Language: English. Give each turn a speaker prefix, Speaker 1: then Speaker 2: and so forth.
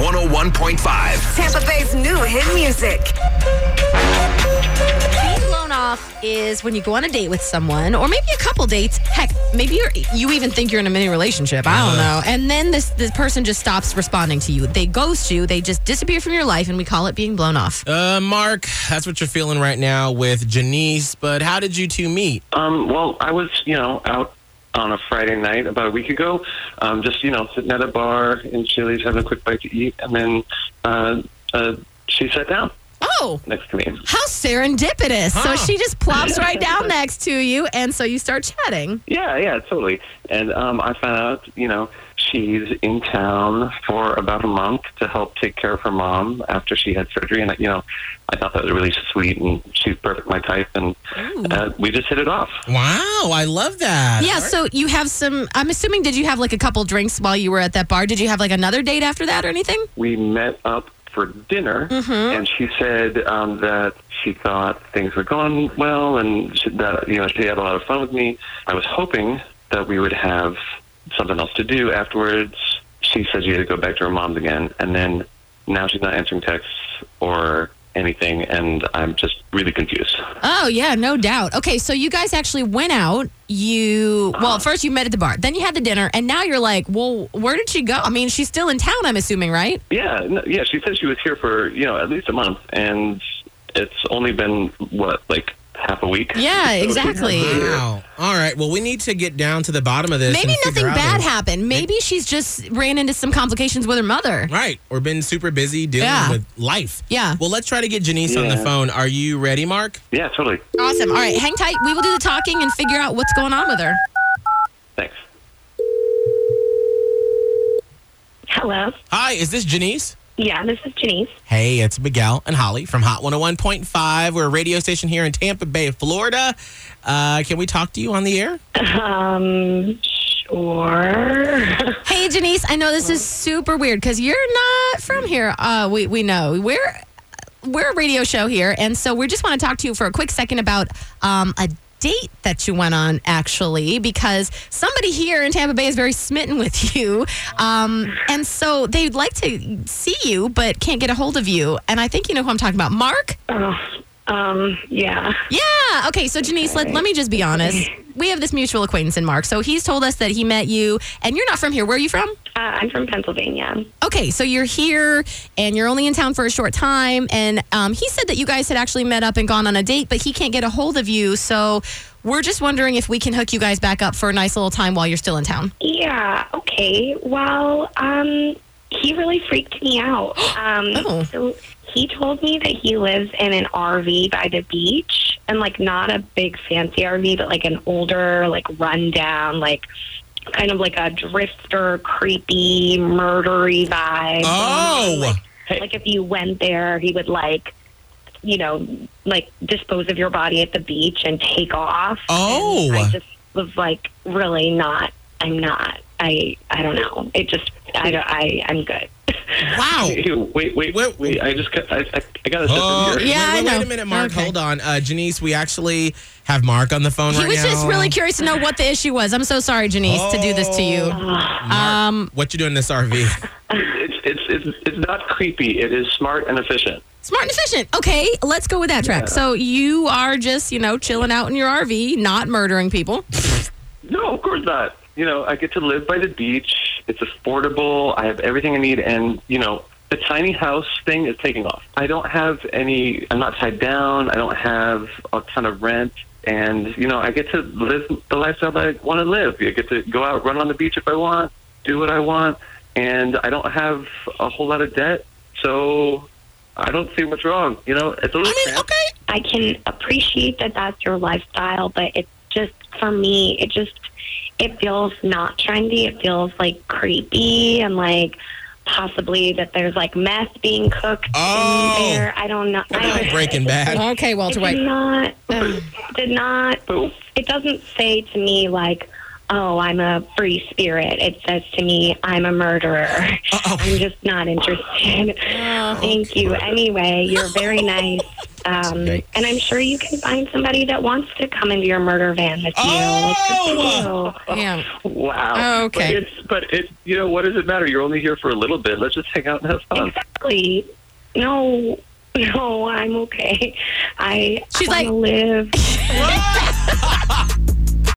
Speaker 1: 101.5.
Speaker 2: Tampa Bay's new hit music.
Speaker 3: Being blown off is when you go on a date with someone, or maybe a couple dates. Heck, maybe you're, you even think you're in a mini relationship. I don't know. And then this this person just stops responding to you. They ghost you. They just disappear from your life, and we call it being blown off.
Speaker 4: Uh, Mark, that's what you're feeling right now with Janice. But how did you two meet?
Speaker 5: Um, well, I was, you know, out on a Friday night about a week ago, um, just, you know, sitting at a bar in Chili's having a quick bite to eat. And then uh, uh, she sat down
Speaker 3: Oh,
Speaker 5: next to me.
Speaker 3: how serendipitous!
Speaker 4: Huh.
Speaker 3: So she just plops right down next to you, and so you start chatting.
Speaker 5: Yeah, yeah, totally. And um, I found out, you know, she's in town for about a month to help take care of her mom after she had surgery. And, you know, I thought that was really sweet and she's perfect my type. And uh, we just hit it off.
Speaker 4: Wow, I love that.
Speaker 3: Yeah. So you have some. I'm assuming did you have like a couple drinks while you were at that bar? Did you have like another date after that or anything?
Speaker 5: we met up for dinner,
Speaker 3: Mm-hmm.
Speaker 5: and she said um, that she thought things were going well, and she, that you know she had a lot of fun with me. I was hoping that we would have something else to do afterwards. She said she had to go back to her mom's again, and then now she's not answering texts or anything, and I'm just really confused.
Speaker 3: Oh yeah, no doubt. Okay, so you guys actually went out. You well, first you met at the bar, then you had the dinner, and now you're like, well, where did she go? I mean, she's still in town, I'm assuming, right?
Speaker 5: Yeah, no, yeah, she said she was here for you know at least a month, and it's only been what like half a week.
Speaker 3: Yeah,
Speaker 5: So she's
Speaker 3: exactly.
Speaker 5: here.
Speaker 4: Wow. All right. Well, we need to get down to the bottom of this.
Speaker 3: Maybe
Speaker 4: and
Speaker 3: nothing
Speaker 4: figure out
Speaker 3: bad
Speaker 4: if-
Speaker 3: happened. Maybe she's just ran into some complications with her mother.
Speaker 4: Right. Or been super busy dealing
Speaker 3: Yeah.
Speaker 4: with life.
Speaker 3: Yeah.
Speaker 4: Well, let's try to get Janice on the
Speaker 5: Yeah.
Speaker 4: phone. Are you ready, Mark?
Speaker 5: Yeah, totally.
Speaker 3: Awesome. All right, hang tight. We will do the talking and figure out what's going on with her.
Speaker 5: Thanks.
Speaker 6: Hello.
Speaker 4: Hi, is this Janice?
Speaker 6: Yeah, this is Janice.
Speaker 4: Hey, it's Miguel and Holly from Hot 101.5. We're a radio station here in Tampa Bay, Florida. Uh, can we talk to you on the air?
Speaker 6: Um, sure.
Speaker 3: Hey, Janice, I know this is super weird because you're not from here. Uh, we, we know. We're, we're a radio show here. And so we just want to talk to you for a quick second about um, a date that you went on, actually, because somebody here in Tampa Bay is very smitten with you. Um, and so they'd like to see you, but can't get a hold of you. And I think you know who I'm talking about. Mark?
Speaker 6: um, yeah.
Speaker 3: Yeah. Okay. So, Janice, let, let me just be honest. We have this mutual acquaintance in Mark. So he's told us that he met you, and you're not from here. Where are you from?
Speaker 6: Uh, I'm from Pennsylvania.
Speaker 3: Okay, so you're here and you're only in town for a short time. And um, he said that you guys had actually met up and gone on a date, but he can't get a hold of you. So we're just wondering if we can hook you guys back up for a nice little time while you're still in town.
Speaker 6: Yeah. Okay. Well, um, he really freaked me out. Um,
Speaker 3: Oh.
Speaker 6: so he told me that he lives in an RV by the beach, and like not a big fancy RV, but like an older, like rundown, like kind of like a drifter, creepy, murdery vibe.
Speaker 4: Oh,
Speaker 6: like if you went there he would like you know like dispose of your body at the beach and take off
Speaker 4: Oh.
Speaker 6: And i just was like really not i'm not i i don't know it just i don't i i'm good
Speaker 4: wow.
Speaker 5: Hey, wait, wait,
Speaker 4: Wait.
Speaker 5: wait, wait. I just got, I, I, I got to
Speaker 4: Oh,
Speaker 5: step in
Speaker 3: yeah.
Speaker 5: here.
Speaker 4: wait, wait,
Speaker 3: I
Speaker 4: Wait
Speaker 3: know.
Speaker 4: a minute, Mark.
Speaker 3: Okay.
Speaker 4: Hold on. Uh, Janice, we actually have Mark on the phone
Speaker 3: He
Speaker 4: right
Speaker 3: was
Speaker 4: now.
Speaker 3: just really curious to know what the issue was. I'm so sorry, Janice, to do this to you.
Speaker 4: Oh.
Speaker 3: Um,
Speaker 4: What you doing in this RV?
Speaker 5: It's, it's, it's, it's not creepy. It is smart and efficient.
Speaker 3: smart and efficient. Okay, let's go with that track. So you are just, you know, chilling out in your RV, not murdering people.
Speaker 5: No, of course not. You know, I get to live by the beach. It's affordable. I have everything I need, and you know, the tiny house thing is taking off. I don't have any. I'm not tied down. I don't have a ton of rent. And you know, I get to live the lifestyle that I want to live. I get to go out, run on the beach if I want, do what I want, and I don't have a whole lot of debt. So I don't see what's wrong. You know, it's a little.
Speaker 4: I mean,
Speaker 5: cramped.
Speaker 4: okay.
Speaker 6: i can appreciate that that's your lifestyle but it's just for me it just it feels not trendy it feels like creepy and like possibly that there's like meth being cooked
Speaker 4: Oh.
Speaker 6: in there i don't know I don't-
Speaker 4: Breaking Bad.
Speaker 3: Okay, Walter
Speaker 6: It did
Speaker 3: White.
Speaker 6: not. did not.
Speaker 5: But-
Speaker 6: It doesn't say to me like, "Oh, I'm a free spirit." It says to me, "I'm a murderer."
Speaker 4: Oh,
Speaker 3: Oh.
Speaker 6: I'm just not interested. Thank you. Anyway, you're very nice. Um,
Speaker 4: Yikes.
Speaker 6: and I'm sure you can find somebody that wants to come into your murder van with you. Like,
Speaker 4: Oh!
Speaker 6: good for you.
Speaker 3: Yeah.
Speaker 5: Wow.
Speaker 3: Oh, okay.
Speaker 5: But, it's, but it, you know, what does it matter? You're only here for a little bit. Let's just hang out and have fun.
Speaker 6: Exactly. No, no, I'm okay. I
Speaker 3: She's
Speaker 6: want
Speaker 3: like-
Speaker 6: to live.